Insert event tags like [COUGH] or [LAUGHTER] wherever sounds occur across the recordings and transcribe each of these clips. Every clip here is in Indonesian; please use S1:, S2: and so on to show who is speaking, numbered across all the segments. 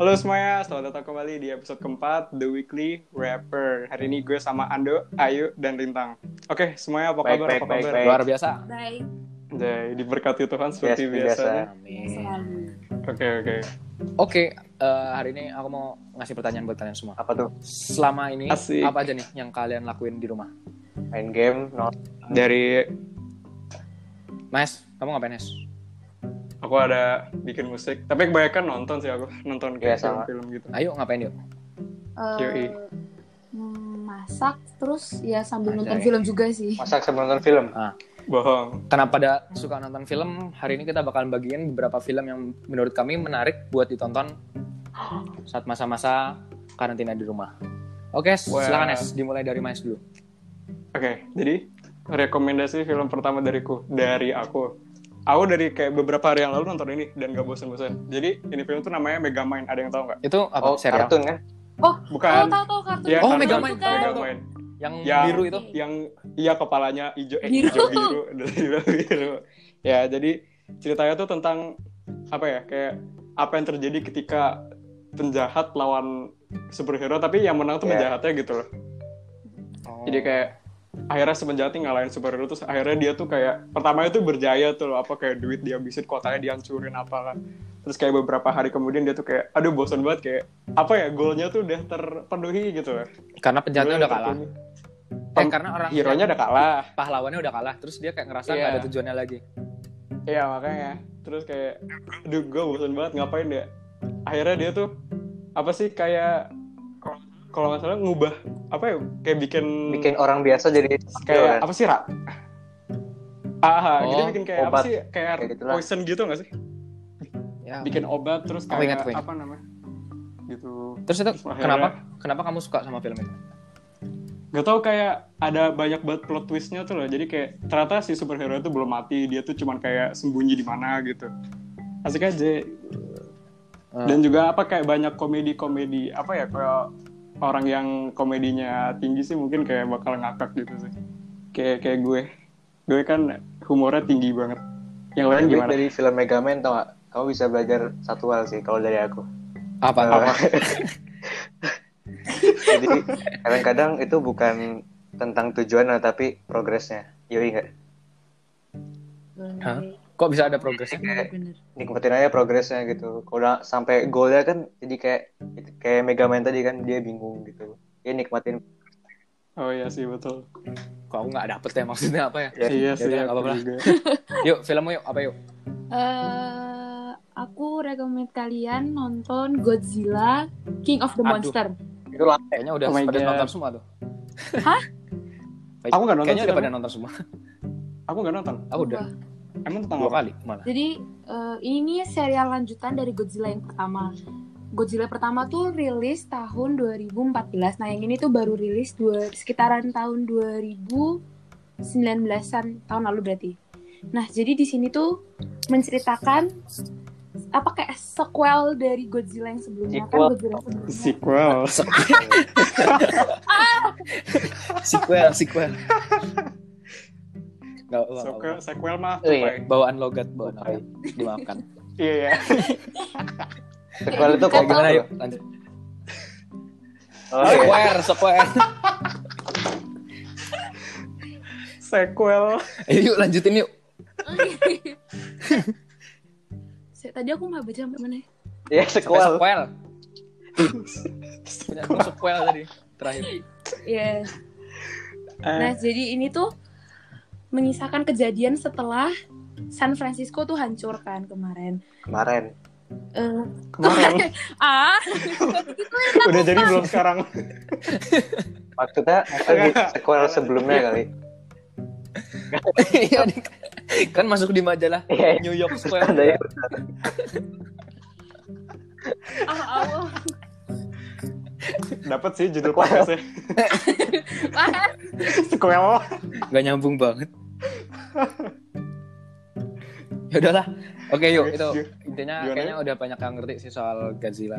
S1: Halo semuanya, selamat datang kembali di episode keempat The Weekly Rapper. Hari ini gue sama Ando, Ayu, dan Rintang. Oke, semuanya apa
S2: Baik,
S1: kabar?
S2: baik,
S1: apa
S2: baik,
S1: kabar?
S2: baik.
S3: luar biasa
S4: Baik,
S1: Jadi, diberkati Tuhan seperti
S2: Yes,
S1: biasa. ya.
S3: amin
S4: selalu.
S1: Oke, oke.
S3: oke eh, hari ini aku mau ngasih pertanyaan buat kalian semua
S2: Apa tuh?
S3: selama ini
S1: Asik.
S3: apa aja nih yang kalian lakuin di rumah
S2: Main game, nol.
S1: Dari
S3: Mas kamu ngapain Mas
S1: aku ada bikin musik, tapi kebanyakan nonton sih aku, nonton kayak
S2: Iya, sama.
S1: film-film gitu.
S3: ayo ngapain yuk
S4: Eh,
S1: Yoi.
S4: mm, masak terus ya sambil
S3: Anjay.
S4: nonton film juga sih.
S2: Masak sebelum nonton film.
S1: Bohong.
S3: karena pada suka nonton film hari ini kita bakalan bagiin beberapa film yang menurut kami menarik buat ditonton saat masa-masa karantina di rumah oke
S1: Wah.
S3: silakan Nes dimulai dari Mas dulu
S1: Oke, jadi rekomendasi film pertama dariku, dari aku. Aku dari kayak beberapa hari yang lalu nonton ini dan gak bosen-bosen. Jadi ini film tuh namanya Megamind, ada yang tahu nggak?
S3: itu apa
S2: Oh,
S3: serial
S2: kartun kan?
S4: Oh,
S1: Bukan.
S4: tahu tahu kartun.
S1: Iya,
S3: Oh,
S1: kartun.
S3: Megamind.
S4: Bukan.
S1: Megamind.
S3: yang
S1: Ya.
S3: biru itu
S1: yang iya kepalanya hijau eh
S4: Biru.
S1: hijau biru [LAUGHS] biru biru ya jadi ceritanya tuh tentang apa ya kayak apa yang terjadi ketika penjahat lawan superhero tapi yang menang tuh
S3: Iya.
S2: Ya.
S1: penjahatnya gitu loh Oh. jadi kayak akhirnya si penjahat nih ngalahin superhero terus akhirnya dia tuh kayak pertamanya tuh berjaya tuh loh apa kayak duit dihabisin kotanya dihancurin apalah terus kayak beberapa hari kemudian dia tuh kayak aduh bosan banget kayak apa ya golnya tuh udah terpenuhi gitu loh
S3: karena penjahatnya
S1: Golnya
S3: udah kalah
S1: terpenuhi.
S3: eh karena orang
S1: hero nya udah kalah
S3: pahlawannya udah kalah terus dia kayak ngerasa
S1: Iya.
S3: nggak ada tujuannya lagi
S1: Iya makanya Terus kayak Aduh gue bosan banget ngapain ya Akhirnya dia tuh Apa sih kayak Kalau nggak salah ngubah Apa ya Kayak bikin
S2: Bikin orang biasa jadi
S1: Kayak
S2: superhero kan?
S1: apa sih Ra? Ah,
S3: Oh,
S1: gitu bikin kayak apa
S2: obat.
S1: sih kayak
S2: Kayak gitulah.
S1: poison gitu nggak sih?
S3: ya.
S1: Bikin obat terus
S2: Oh,
S3: Aku ingat,
S1: kayak
S3: aku ingat.
S1: apa namanya? Gitu.
S3: terus itu
S1: Terus akhirnya-
S3: kenapa kenapa kamu suka sama film itu
S1: Gak tau kayak ada banyak banget plot twistnya tuh loh. Jadi kayak ternyata si superhero itu belum mati, dia tuh cuman kayak sembunyi di mana gitu. Asik aja.
S3: Hmm.
S1: Dan juga apa kayak banyak komedi-komedi apa ya kayak orang yang komedinya tinggi sih mungkin kayak bakal ngakak gitu sih. Kayak kayak gue. Gue kan humornya tinggi banget. Yang lain
S2: Lebih
S1: gimana?
S2: dari film Megaman tau gak? Kamu bisa belajar satu hal sih kalau dari aku.
S3: apa
S2: Apa? [LAUGHS] Jadi kadang-kadang itu bukan tentang tujuannya tapi progresnya. Yoi nggak?
S4: Bener.
S3: Hah? kok bisa ada progresnya
S4: Bener, bener.
S2: Nikmatin aja progresnya gitu. Kalau udah sampai goalnya kan jadi kayak kayak Megaman tadi kan dia bingung gitu. Dia nikmatin.
S1: Oh iya sih betul.
S3: kok aku nggak dapet ya maksudnya apa ya
S1: iya
S3: ya
S1: sih.
S3: udah,
S1: aku
S3: nggak apa-apa.
S1: juga.
S3: yuk filmmu yuk apa yuk
S4: Eh, aku rekomend kalian nonton Godzilla King of the
S3: Aduh.
S4: Monster.
S2: Itu lama.
S3: kayaknya udah
S1: Oh my
S3: pada
S1: God.
S3: nonton semua tuh
S4: Hah?
S3: Kayak-
S1: Aku nggak nonton
S3: kayaknya
S1: sih,
S3: udah
S1: tapi.
S3: pada nonton semua
S1: Aku nggak nonton.
S3: aku Ah, udah
S4: Wah.
S1: Emang tentang
S3: dua
S1: apa?
S3: kali malah
S4: Jadi eh, ini serial lanjutan dari Godzilla yang pertama. Godzilla pertama tuh rilis tahun 2014. Nah, yang ini tuh baru rilis dua, sekitaran tahun 2019-an tahun lalu berarti. Nah, jadi di sini tuh menceritakan apa kayak sequel dari Godzilla yang
S2: Sequel.
S4: sebelumnya kan Godzilla sebelumnya.
S1: Sequel.
S3: sequel
S1: [LAUGHS]
S3: sequel nggak apa
S1: Sequel, sequel mah.
S2: Oh, iya.
S1: tupai.
S3: bawaan logat bawaan logat dimaafkan
S1: Iya iya.
S2: Sequel itu kayak
S3: kayak gimana
S2: gitu.
S3: yuk lanjut
S2: Oh, iya.
S3: sequel
S1: [LAUGHS]
S3: sequel
S1: Sequel.
S3: Ayo, Eh, yuk lanjutin yuk
S4: [LAUGHS] Se- Tadi aku mau baca sampai mana? ya?
S2: Iya
S3: Sampai
S2: sequel.
S3: sequel punya aku sequel tadi
S1: [LAUGHS]
S3: terakhir [LAUGHS]
S4: Iya. Nah,
S1: Eh,
S4: jadi ini tuh mengisahkan kejadian setelah San Francisco tuh hancur kan kemarin.
S2: Kemarin.
S4: Eh, [LAUGHS]
S1: kemarin. [LAUGHS]
S4: ah,
S1: Udah jadi belum sekarang?
S2: Maksudnya maksudnya [LAUGHS] di sequel sebelumnya kali.
S3: Iya, nih. kan masuk di majalah
S2: Iya.
S3: New York Square
S2: Ada ya.
S4: ah, Allah.
S1: Dapat sih judul
S2: Sequel.
S4: [LAUGHS]
S1: podcastnya.
S4: Ah,
S1: Sequel.
S3: nggak nyambung banget ya udahlah oke yuk itu intinya
S1: Gimana,
S3: kayaknya udah banyak yang ngerti sih soal Godzilla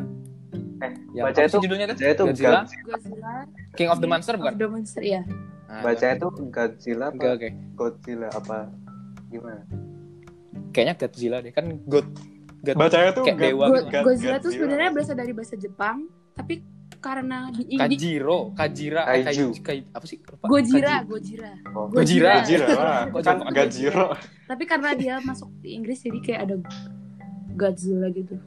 S2: Eh,
S3: yang
S2: baca
S3: apa sih
S2: itu-
S3: judulnya itu
S2: Baca itu Godzilla.
S3: Godzilla
S4: Godzilla
S3: King of the Monster bukan
S4: Of the Monster ya.
S3: Ah,
S2: Baca itu Godzilla apa?
S3: oke oke
S2: Godzilla apa? Gimana?
S3: kayaknya Godzilla deh kan God God-
S1: Bacanya tuh
S3: Kayak
S1: God-
S3: dewa
S1: God-
S4: Go-
S3: gitu
S1: God-
S4: Godzilla
S1: God
S4: tuh
S1: Zero.
S4: sebenarnya berasal dari bahasa Jepang, tapi karena di Inggris
S3: Kajiro, Kajira, eh,
S2: Kaiju.
S3: Kaiju, Kai- apa sih? Lupa.
S4: Gojira,
S3: Kaji-
S4: Gojira.
S2: Oh.
S3: Gojira.
S1: Gajira lah.
S3: Kok
S1: Kan
S3: Jepang?
S1: Gajira.
S4: Tapi karena dia masuk di Inggris jadi kayak ada Godzilla gitu.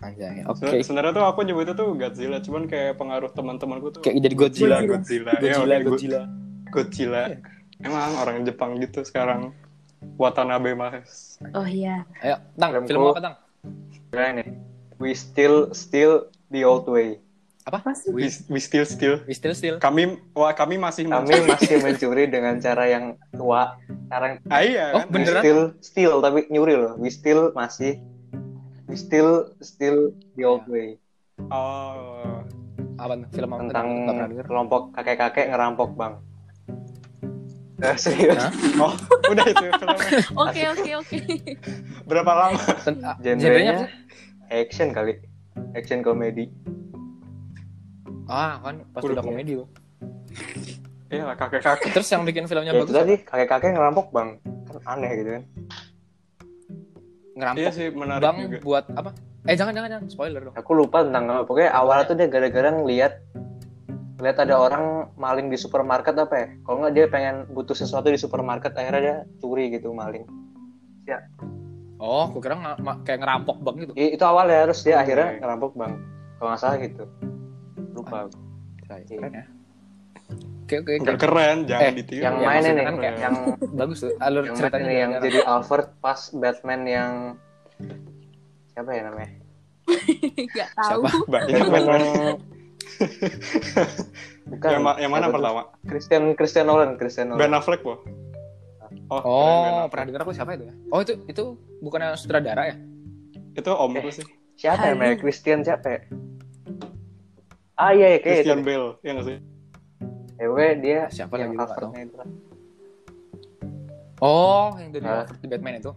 S3: Anjay, oke.
S1: Se- Sebenarnya tuh aku nyebutnya tuh Godzilla, cuman kayak pengaruh teman-temanku tuh
S3: Kayak jadi Godzilla. gitu.
S1: Godzilla, Godzilla. Ya,
S3: Godzilla,
S1: oke, Go-
S3: Godzilla.
S1: Godzilla.
S3: Iya.
S1: Emang orang Jepang gitu sekarang. Watanabe Mas.
S4: Oh iya.
S3: Ayo, Tang,
S2: Remco.
S3: film apa, Tang?
S2: Keren nih. We still still the old way.
S3: Apa?
S4: Pasti.
S1: We,
S3: We,
S1: we still still.
S3: we still still.
S1: Kami wah, kami masih
S2: Kami
S3: Hmm.
S2: masih mencuri dengan cara yang tua. Cara yang
S1: Ah, iya
S3: Oh,
S1: kan?
S2: we
S3: Beneran?
S2: still still tapi nyuri loh. We still masih we still still the old
S3: Ya.
S2: way
S1: Oh.
S3: Apa tuh? Film apa?
S2: tentang
S3: Nggak pernah denger.
S2: kelompok kakek-kakek ngerampok bang. Nah, [LAUGHS] serius.
S3: Hah?
S1: Oh, udah itu filmnya.
S4: Oke oke oke. [LAUGHS]
S1: Berapa lama?
S3: Ten- ah, Genrenya apa
S2: Genrenya
S3: sih?
S2: action kali. Action komedi.
S3: Ah, kan pasti
S1: Udah.
S3: udah komedi tuh.
S1: Iya lah kakek-kakek.
S3: Terus yang bikin filmnya
S2: Ya, itu
S3: bagus
S2: tadi kakek-kakek ngerampok bang. Kan aneh gitu kan.
S1: Iya
S3: ngerampok
S1: sih menarik
S3: bang
S1: juga.
S3: buat apa? Eh jangan jangan jangan spoiler dong.
S2: aku lupa tentang pokoknya awalnya tuh dia gara-gara ngeliat ngeliat ada orang maling di supermarket apa ya kalau nggak dia pengen butuh sesuatu di supermarket akhirnya dia curi gitu maling
S3: Oh, aku kira nga- ma- kayak ngerampok bang gitu.
S2: I- itu awalnya harus dia
S1: Oke.
S2: akhirnya ngerampok bang kalau nggak salah gitu lupa Iya. aku.
S3: Keren ya. Oke oke. oke.
S1: Enggak keren, jangan
S3: Eh,
S1: ditiru.
S2: yang
S3: Yang
S2: main
S3: maksudnya
S2: ini
S3: kan kayak-
S2: yang
S3: Bagus tuh alur
S2: yang main
S3: ceritanya.
S2: ini yang jadi Alfred pas Batman yang siapa ya namanya
S4: Gak
S3: Siapa?
S4: tahu.
S1: banyak
S2: Batman
S1: Batman.
S2: [LAUGHS] bukan
S1: Yang, ma- yang mana
S2: siapa tuh?
S1: pertama?
S2: Christian Christian Nolan Christian Nolan
S1: Ben Affleck, Bo. Oh, keren, Ben
S3: Oh,
S1: Affleck.
S3: pernah dengar aku siapa itu ya? Oh, itu itu bukannya sutradara ya?
S1: itu omku sih.
S2: siapa ya
S4: Aduh.
S2: namanya Christian siapa ya ah iya iya kayak itu
S1: Christian Bale, ya nggak sih?
S2: Ya pokoknya dia
S3: Siapa
S2: yang
S3: lagi lupa dong.
S2: covernya itu lah.
S3: Oh, yang dari
S2: Hah?
S3: di Batman itu.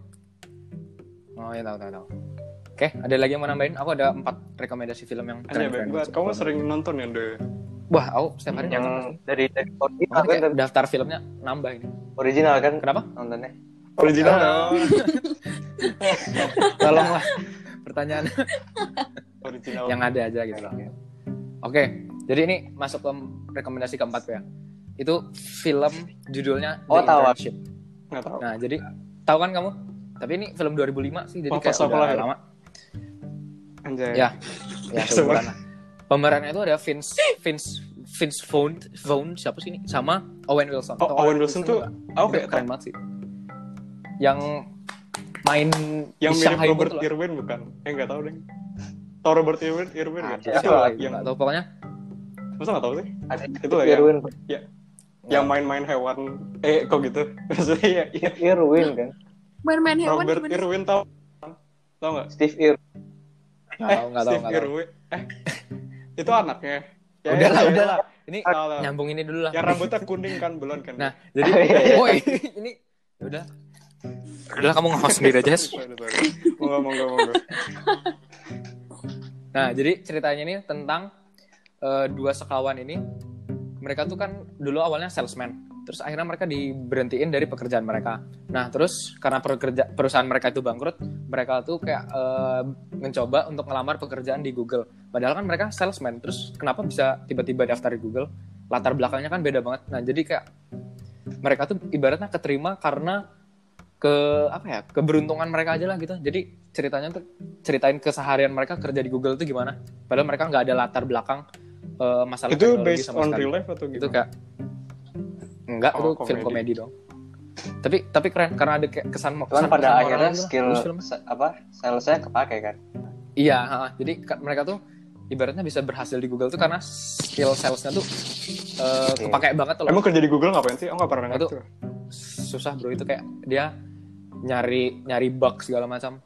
S3: Oh, ya tahu tahu tahu. Oke, ada lagi yang mau nambahin? Aku ada empat rekomendasi film yang
S1: Aneh banget.
S3: keren-keren.
S1: banget. Kamu Hmm. sering nonton ya, The
S3: Wah, aku setiap hari
S2: Yang
S3: nonton.
S2: dari dari original
S3: Makanya
S2: kan
S3: kayak daftar filmnya nambah ini.
S2: original kan
S3: Kenapa?
S2: nontonnya.
S1: Original.
S3: Ah.
S1: dong.
S3: [LAUGHS] Tolonglah pertanyaan
S1: Original.
S3: yang ada aja gitu loh. Oke, jadi ini masuk ke rekomendasi keempat ya. Itu film judulnya
S2: Oh, tahu.
S3: Internship.
S1: nggak tahu.
S3: Nah, jadi tahu kan kamu? Tapi ini film 2005 sih, jadi
S1: Papa
S3: kayak
S1: siapa
S3: udah
S1: lahir?
S3: lama.
S1: Anjay. [LAUGHS]
S3: Ya, ya
S1: Ya,
S3: sebutan lah. Pemerannya itu ada Vince Vince Vince Vaughn Vaughn siapa sih ini? Sama Owen Wilson.
S1: Oh,
S3: Tau
S1: Owen Wilson tuh,
S3: nggak?
S1: oh,
S3: Itu
S1: kayak
S3: keren banget sih. Yang main
S1: yang
S3: di
S1: mirip
S3: Shanghai gitu Noon
S1: Robert
S3: tuh loh.
S1: Irwin bukan? Eh nggak tahu deh. Tahu Robert Irwin? Irwin nggak?
S2: Ada.
S1: Itu
S3: Ah, Siapa
S1: lah
S3: lagi?
S1: yang
S3: Nggak tahu, pokoknya
S1: [LAUGHS] masa nggak tahu sih?
S2: Ada
S1: Itu lah ya.
S2: Irwin,
S1: Yang main-main hewan. Eh kok gitu? [LAUGHS] Maksudnya ya, iya.
S2: Irwin kan.
S4: Main-main Iya, hewan
S1: Robert
S4: gimana?
S1: Irwin tahu? Tahu nggak?
S2: Steve Ir.
S3: nggak tahu nggak tahu
S1: Steve
S3: nggak tahu.
S1: Irwin. Eh itu anaknya. Ya,
S3: Udah lah,
S1: ya,
S3: udah
S1: ya.
S3: lah. Ini
S1: Tahu, tahu.
S3: nyambung ini dulu lah.
S1: Yang rambutnya kuning kan belon kan? [LAUGHS]
S3: Nah, jadi woi, ini ya udah. Udah kamu nge-host sendiri aja, Jess.
S1: Sorry, sorry. Monggo, monggo, monggo.
S3: Nah, jadi ceritanya ini tentang eh, dua sekawan ini. Mereka tuh kan dulu awalnya salesman. Terus akhirnya mereka diberhentiin dari pekerjaan mereka. Nah, terus karena pekerja, perusahaan mereka itu bangkrut, mereka tuh kayak eh, mencoba untuk ngelamar pekerjaan di Google. Padahal kan mereka salesman. Terus kenapa bisa tiba-tiba daftar di Google? Latar belakangnya kan beda banget. Nah, jadi kayak mereka tuh ibaratnya keterima karena ke apa ya keberuntungan mereka aja lah gitu jadi ceritanya tuh ceritain keseharian mereka kerja di Google itu gimana padahal mereka nggak ada latar belakang eh, masalah
S1: Itu
S3: teknologi
S1: based
S3: sama
S1: on
S3: sekali
S1: real life atau
S3: itu
S1: gitu?
S3: kayak enggak
S1: Oh,
S3: itu film komedi
S1: komedi
S3: dong tapi tapi keren karena ada kayak kesan
S2: Cuman
S3: kesan-
S2: pada
S3: kesan
S2: akhirnya
S3: moral gitu lah,
S2: skill
S3: bagus filmnya.
S2: se- apa salesnya kepake kan.
S3: iya ha, ha. jadi ka- mereka tuh ibaratnya bisa berhasil di Google tuh karena skill salesnya tuh eh,
S2: Oke.
S3: kepake banget tuh loh
S1: Emang kerja di Google ngapain sih? Oh nggak pernah
S3: Itu-
S1: ngerti.
S3: susah bro itu kayak dia nyari nyari bug segala macam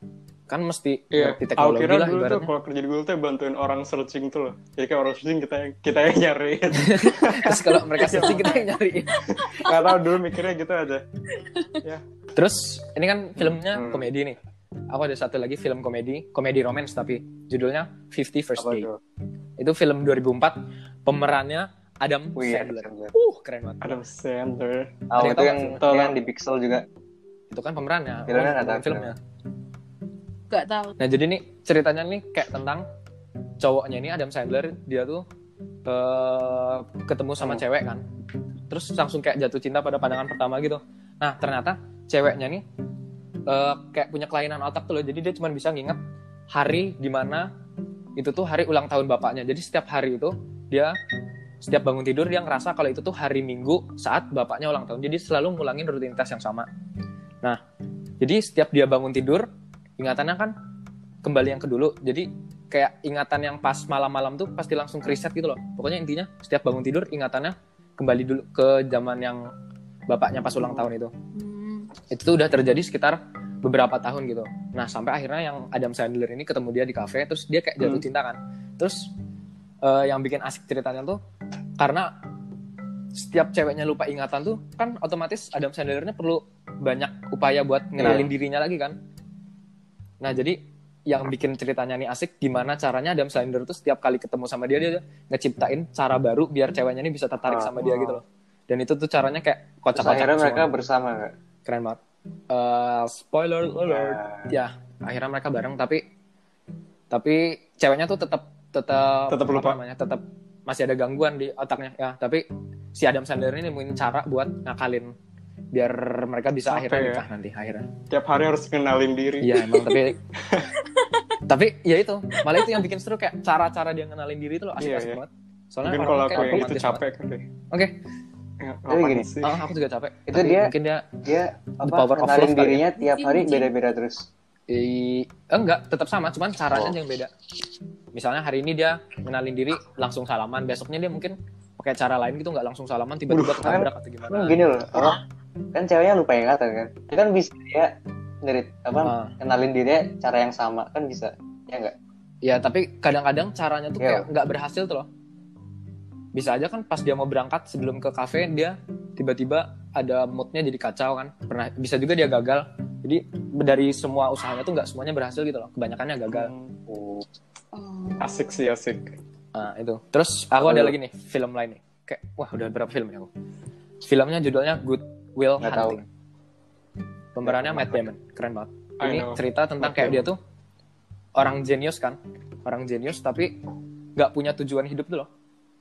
S3: kan mesti
S1: Iya,
S3: ngerti
S1: aku
S3: teknologi
S1: kira
S3: lah
S1: dulu tuh
S3: ibaratnya
S1: kalau kerja di Google tuh bantuin orang searching tuh loh. Jadi kayak orang searching kita yang kita yang [LAUGHS] nyariin.
S3: terus kalau
S2: [LAUGHS]
S3: mereka searching kita yang nyariin
S1: Gak tau dulu mikirnya gitu aja.
S3: terus ini kan filmnya
S2: Hmm.
S3: komedi nih aku ada satu lagi film komedi komedi romance tapi judulnya Fifty First
S2: Apa
S3: Day
S2: tuh?
S3: itu film 2004 pemerannya Adam
S2: Wih, ada
S3: Sandler
S2: Sandler.
S3: uh keren banget
S1: Adam Sandler.
S2: Ah, itu
S3: Ada yang tahu
S2: yang
S1: nggak sih?
S2: yang di Pixel juga.
S3: itu kan pemerannya
S2: Filmnya
S3: orang
S2: nggak
S3: yang
S2: tahu.
S3: filmnya
S4: Gak tahu.
S3: Nah jadi nih ceritanya nih kayak tentang cowoknya ini Adam Sandler dia tuh eh, ketemu sama cewek kan, terus langsung kayak jatuh cinta pada pandangan pertama gitu. Nah ternyata ceweknya nih eh, kayak punya kelainan otak tuh loh, jadi dia cuma bisa nginget hari dimana itu tuh hari ulang tahun bapaknya. Jadi setiap hari itu dia setiap bangun tidur dia ngerasa kalau itu tuh hari Minggu saat bapaknya ulang tahun. Jadi selalu ngulangin rutinitas yang sama. Nah, jadi setiap dia bangun tidur, ingatannya kan kembali yang ke dulu. Jadi kayak ingatan yang pas malam-malam tuh pasti langsung keriset gitu loh. Pokoknya intinya setiap bangun tidur ingatannya kembali dulu ke zaman yang bapaknya pas ulang tahun itu.
S4: Hmm.
S3: Itu udah terjadi sekitar beberapa tahun gitu. Nah, sampai akhirnya yang Adam Sandler ini ketemu dia di kafe terus dia kayak jatuh
S1: Hmm.
S3: cinta kan. Terus eh, yang bikin asik ceritanya tuh karena setiap ceweknya lupa ingatan tuh kan otomatis Adam Sandlernya perlu banyak upaya buat
S2: Iya.
S3: ngenalin dirinya lagi kan. Nah jadi yang bikin ceritanya nih asik gimana caranya Adam Sandler tuh setiap kali ketemu sama dia dia ngeciptain cara baru biar ceweknya ini bisa tertarik
S2: Ah,
S3: sama dia
S2: wow.
S3: gitu loh. Dan itu tuh caranya kayak
S2: Terus
S3: kocak-kocak.
S2: akhirnya mereka
S3: semua.
S2: bersama nggak?
S3: keren banget. Eh, spoiler
S1: Iya.
S3: alert
S2: Nah,
S3: ya akhirnya mereka bareng tapi tapi ceweknya tuh tetap tetap
S1: Tetap
S3: apa
S1: lupa.
S3: namanya tetap masih ada gangguan di otaknya ya tapi si Adam Sandler ini nemuin cara buat ngakalin biar mereka bisa
S1: Capek
S3: akhirnya
S1: ya.
S3: nikah nanti akhirnya
S1: tiap hari harus kenalin diri
S3: iya emang
S1: [LAUGHS]
S3: tapi tapi ya itu malah itu yang bikin seru kayak cara-cara dia ngenalin diri itu loh
S1: Iya,
S3: asik-asik
S1: iya.
S3: banget soalnya
S1: mungkin
S3: orang
S1: kalau
S3: kayak
S1: aku yang itu
S3: romantis
S1: capek kan deh
S3: banget. oke
S1: Ya, ngapain
S2: gini,
S1: sih?
S3: ah, aku juga capek
S2: Itu
S3: Tapi
S2: dia-
S3: mungkin dia
S2: dia apa
S3: power of
S2: kenalin
S3: love kali
S2: dirinya tiap hari
S4: Bucin-bucin.
S2: beda-beda terus.
S3: I, eh, enggak, tetap sama, cuman
S2: Oh.
S3: caranya aja yang beda. Misalnya hari ini dia kenalin diri langsung salaman, besoknya dia mungkin pakai cara lain gitu nggak langsung salaman tiba-tiba ketabrak atau gimana.
S2: Kan gini loh, orang kan ceweknya lupa ingatan kan. Dia kan bisa ya ngerit apa
S3: Ah.
S2: kenalin dirinya cara yang sama kan bisa. Ya enggak?
S3: Ya, tapi kadang-kadang caranya tuh
S2: Iya.
S3: kayak nggak berhasil tuh loh. Bisa aja kan pas dia mau berangkat sebelum ke kafe dia tiba-tiba ada moodnya jadi kacau kan. Pernah bisa juga dia gagal. Jadi dari semua usahanya tuh nggak semuanya berhasil gitu loh. Kebanyakannya gagal.
S1: Hmm,
S2: Oh,
S4: Oh.
S1: asik sih asik
S3: Nah, itu. Terus aku ada
S2: Lalu-
S3: lagi nih film lain nih. Kayak wah udah berapa film ya aku. Filmnya judulnya Good Will
S2: Nggak tahu.
S3: Hunting. Pemerannya Matt Damon, keren banget.
S1: I
S3: Ini
S1: know.
S3: cerita tentang
S1: Matt
S3: kayak dia tuh orang jenius kan, orang jenius tapi nggak punya tujuan hidup tuh loh.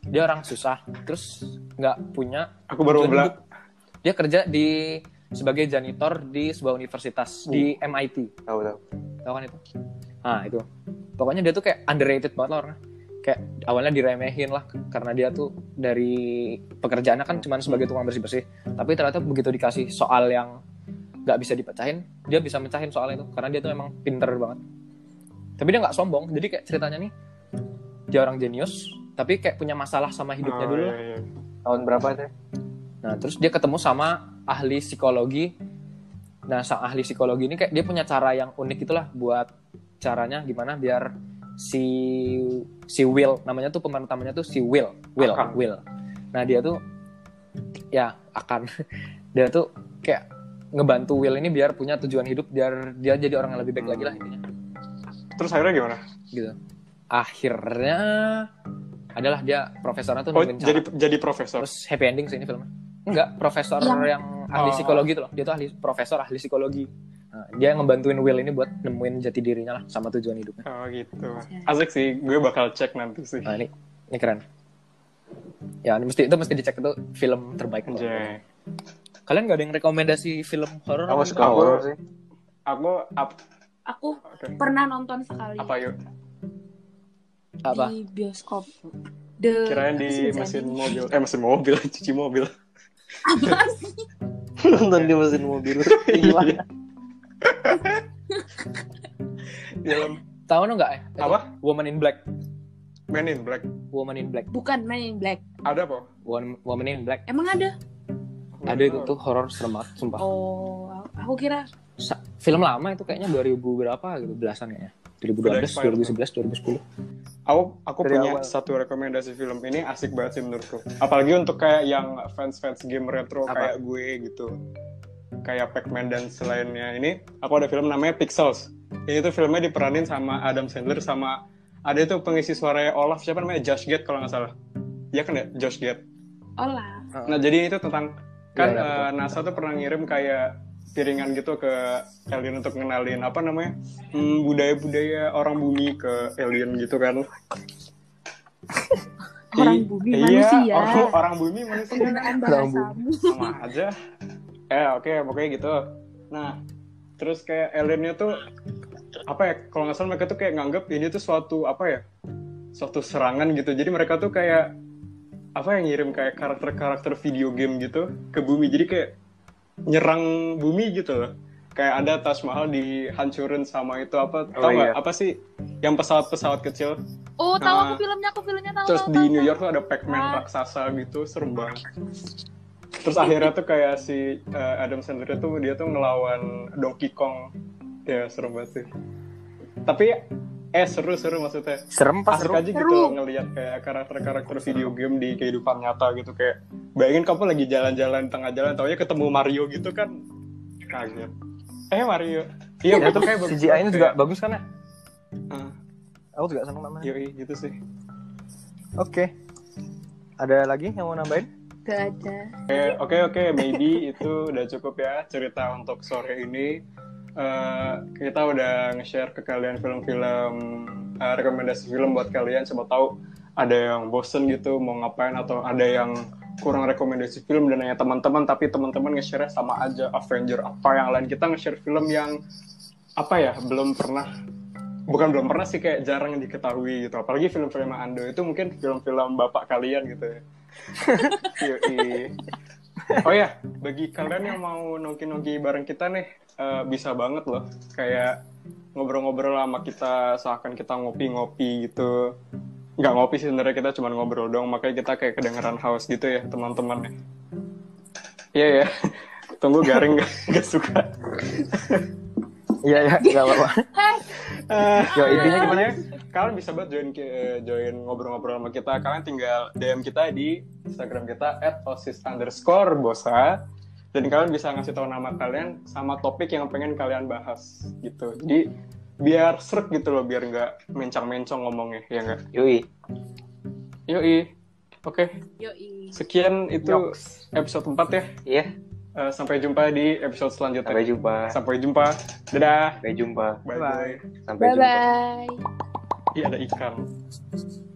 S3: Dia orang susah, terus nggak punya
S1: aku baru
S3: tujuan
S1: bilang
S3: hidup. Dia kerja di sebagai janitor di sebuah universitas di
S1: Hmm.
S3: MIT
S2: tahu tahu.
S3: tau kan itu ah itu pokoknya dia tuh kayak underrated banget lah orangnya kayak awalnya diremehin lah karena dia tuh dari pekerjaannya kan cuman sebagai tukang bersih bersih tapi ternyata begitu dikasih soal yang nggak bisa dipecahin dia bisa mecahin soal itu karena dia tuh emang pinter banget tapi dia nggak sombong jadi kayak ceritanya nih dia orang jenius tapi kayak punya masalah sama
S1: oh,
S3: hidupnya dulu
S1: iya,
S3: lah.
S1: iya.
S2: Tahun berapa deh?
S3: nah terus dia ketemu sama ahli psikologi nah sang ahli psikologi ini kayak dia punya cara yang unik itulah buat caranya gimana biar si si Will namanya tuh pemeran utamanya tuh si Will Will
S1: Akan.
S3: Will nah dia tuh ya akan [LAUGHS] dia tuh kayak ngebantu Will ini biar punya tujuan hidup biar dia jadi orang yang lebih baik lagi lah intinya
S1: terus akhirnya gimana
S3: gitu akhirnya adalah dia profesornya tuh
S1: oh
S3: nemuin cara.
S1: jadi jadi profesor
S3: Terus happy ending sih ini filmnya. Enggak, profesor
S4: Yang-
S3: yang ahli
S1: Oh.
S3: psikologi itu loh. Dia tuh ahli profesor ahli psikologi. Nah, dia yang ngebantuin Will ini buat nemuin jati dirinya lah sama tujuan hidupnya.
S1: oh gitu
S3: ya.
S1: asik sih gue bakal cek nanti sih
S3: Nah, ini ini keren. Ya, ini mesti itu mesti dicek itu film terbaik.
S1: Anjay.
S3: Kalian gak ada yang rekomendasi film horor?
S2: Aku
S3: apa
S2: suka
S1: Aku-
S2: horor sih. [LAUGHS]
S1: aku ap-
S4: Aku
S1: oke.
S4: pernah nonton sekali
S1: apa yuk
S3: enggak? Apa?
S4: di bioskop. The
S1: kirain di
S4: apa sih [LAUGHS]
S1: mesin
S4: bacanya?
S1: mobil eh mesin mobil [LAUGHS] cuci mobil
S4: Apaan sih?
S2: Nonton di mesin mobil. Gimana?
S3: Iya,
S1: film
S3: Tahu no enggak? Eh? Itu,
S1: Apa?
S3: Woman in Black.
S1: Men in Black
S3: Woman in Black.
S4: Bukan Man in Black.
S1: ada apa
S3: Woman, Woman in Black.
S4: Emang ada?
S3: Ada itu tuh horor serem banget, sumpah.
S4: Oh, aku kira
S3: Sa- film lama itu kayaknya 2000 berapa gitu, belasan kayaknya. 2012, 2011, 2010.
S1: Aku, aku
S2: Dari
S1: punya
S2: awal.
S1: satu rekomendasi film ini asik banget sih menurutku. Apalagi untuk kayak yang fans-fans game retro
S3: Apa?
S1: kayak gue gitu. Kayak Pac-Man dan selainnya. Ini aku ada film namanya Pixels. Ini tuh filmnya diperanin sama Adam Sandler sama ada itu pengisi suaranya Olaf siapa namanya Josh Gad kalau nggak salah. Iya kan ya Josh Gad.
S4: olah.
S1: Nah jadi itu tentang kan
S3: Iya, iya,
S1: eh, NASA tuh pernah ngirim kayak piringan gitu ke alien untuk ngenalin apa namanya hmm, budaya-budaya orang bumi ke alien gitu kan
S4: Orang
S1: I-
S4: bumi
S1: iya,
S4: manusia.
S1: orang, orang bumi manusia
S4: Penggunaan
S2: Orang
S4: bahasamu.
S1: sama aja eh oke pokoknya gitu nah terus kayak aliennya tuh apa ya kalau nggak salah mereka tuh kayak nganggep ini tuh suatu apa ya suatu serangan gitu jadi mereka tuh kayak apa yang ngirim kayak karakter-karakter video game gitu ke bumi jadi kayak nyerang bumi gitu loh kayak ada Taj Mahal dihancurin sama itu apa
S2: Oh,
S1: tau nggak
S2: iya.
S1: apa sih yang pesawat-pesawat kecil
S4: Oh, tahu aku
S1: Nah.
S4: filmnya, aku filmnya tahu.
S1: terus
S4: tahu,
S1: di
S4: tahu,
S1: New
S4: tahu.
S1: York tuh ada Pac-Man
S4: Ah.
S1: raksasa gitu serem banget terus akhirnya tuh kayak si eh, Adam Sandler tuh dia tuh ngelawan Donkey Kong ya serem banget sih tapi eh seru seru maksudnya
S3: Serem pas
S1: asik
S3: seru.
S1: aja gitu
S4: Seru.
S1: loh ngelihat kayak karakter-karakter video game di kehidupan nyata gitu kayak bayangin kamu lagi jalan-jalan di tengah jalan taunya ketemu Mario gitu kan kaget eh Mario iya betul kayak bagus
S3: CGI-nya juga
S1: banget,
S3: bagus kan ya?
S1: Ah.
S3: Aku juga seneng namanya.
S1: kayak, yoi, gitu sih
S3: Oke. Ada lagi yang mau nambahin?
S4: Gak ada.
S1: Oke, oke, oke. Maybe itu udah cukup ya cerita untuk sore ini. Eh, kita udah nge-share ke kalian film-film, eh, rekomendasi film buat kalian. Siapa tahu ada yang bosen gitu mau ngapain atau ada yang kurang rekomendasi film dan nanya teman-teman tapi teman-teman nge-share sama aja Avenger apa yang lain kita nge-share film yang apa ya belum pernah bukan belum pernah sih kayak jarang diketahui gitu apalagi film-film Ando itu mungkin film-film bapak kalian gitu ya Yoi. Oh ya, bagi kalian yang mau nongki-nongki bareng kita nih, eh, bisa banget loh. Kayak ngobrol-ngobrol sama kita, seakan kita ngopi-ngopi gitu. Nggak ngopi sih sebenarnya kita cuma ngobrol dong, makanya kita kayak kedengeran haus gitu ya teman-teman. Iya ya, tunggu garing nggak nggak suka.
S3: Iya, iya, enggak apa-apa. Ya, intinya gimana?
S1: Pokoknya Eh, kalian bisa banget join ke- join ngobrol-ngobrol sama kita. Kalian tinggal DM kita di Instagram kita @osis_bosa dan kalian bisa ngasih tahu nama kalian sama topik yang pengen kalian bahas gitu. Jadi biar seret gitu loh, biar nggak mencang-mencong ngomongnya, ya nggak?
S2: Yui.
S1: Yoi. Oke,
S4: Yoi.
S1: sekian itu episode 4 ya.
S2: Iya,
S1: Eh, sampai jumpa di episode selanjutnya.
S2: sampai jumpa.
S1: Sampai jumpa. Dadah.
S2: Sampai jumpa.
S1: Bye-bye.
S2: Sampai jumpa.
S4: Bye-bye.
S1: Iya ada ikan.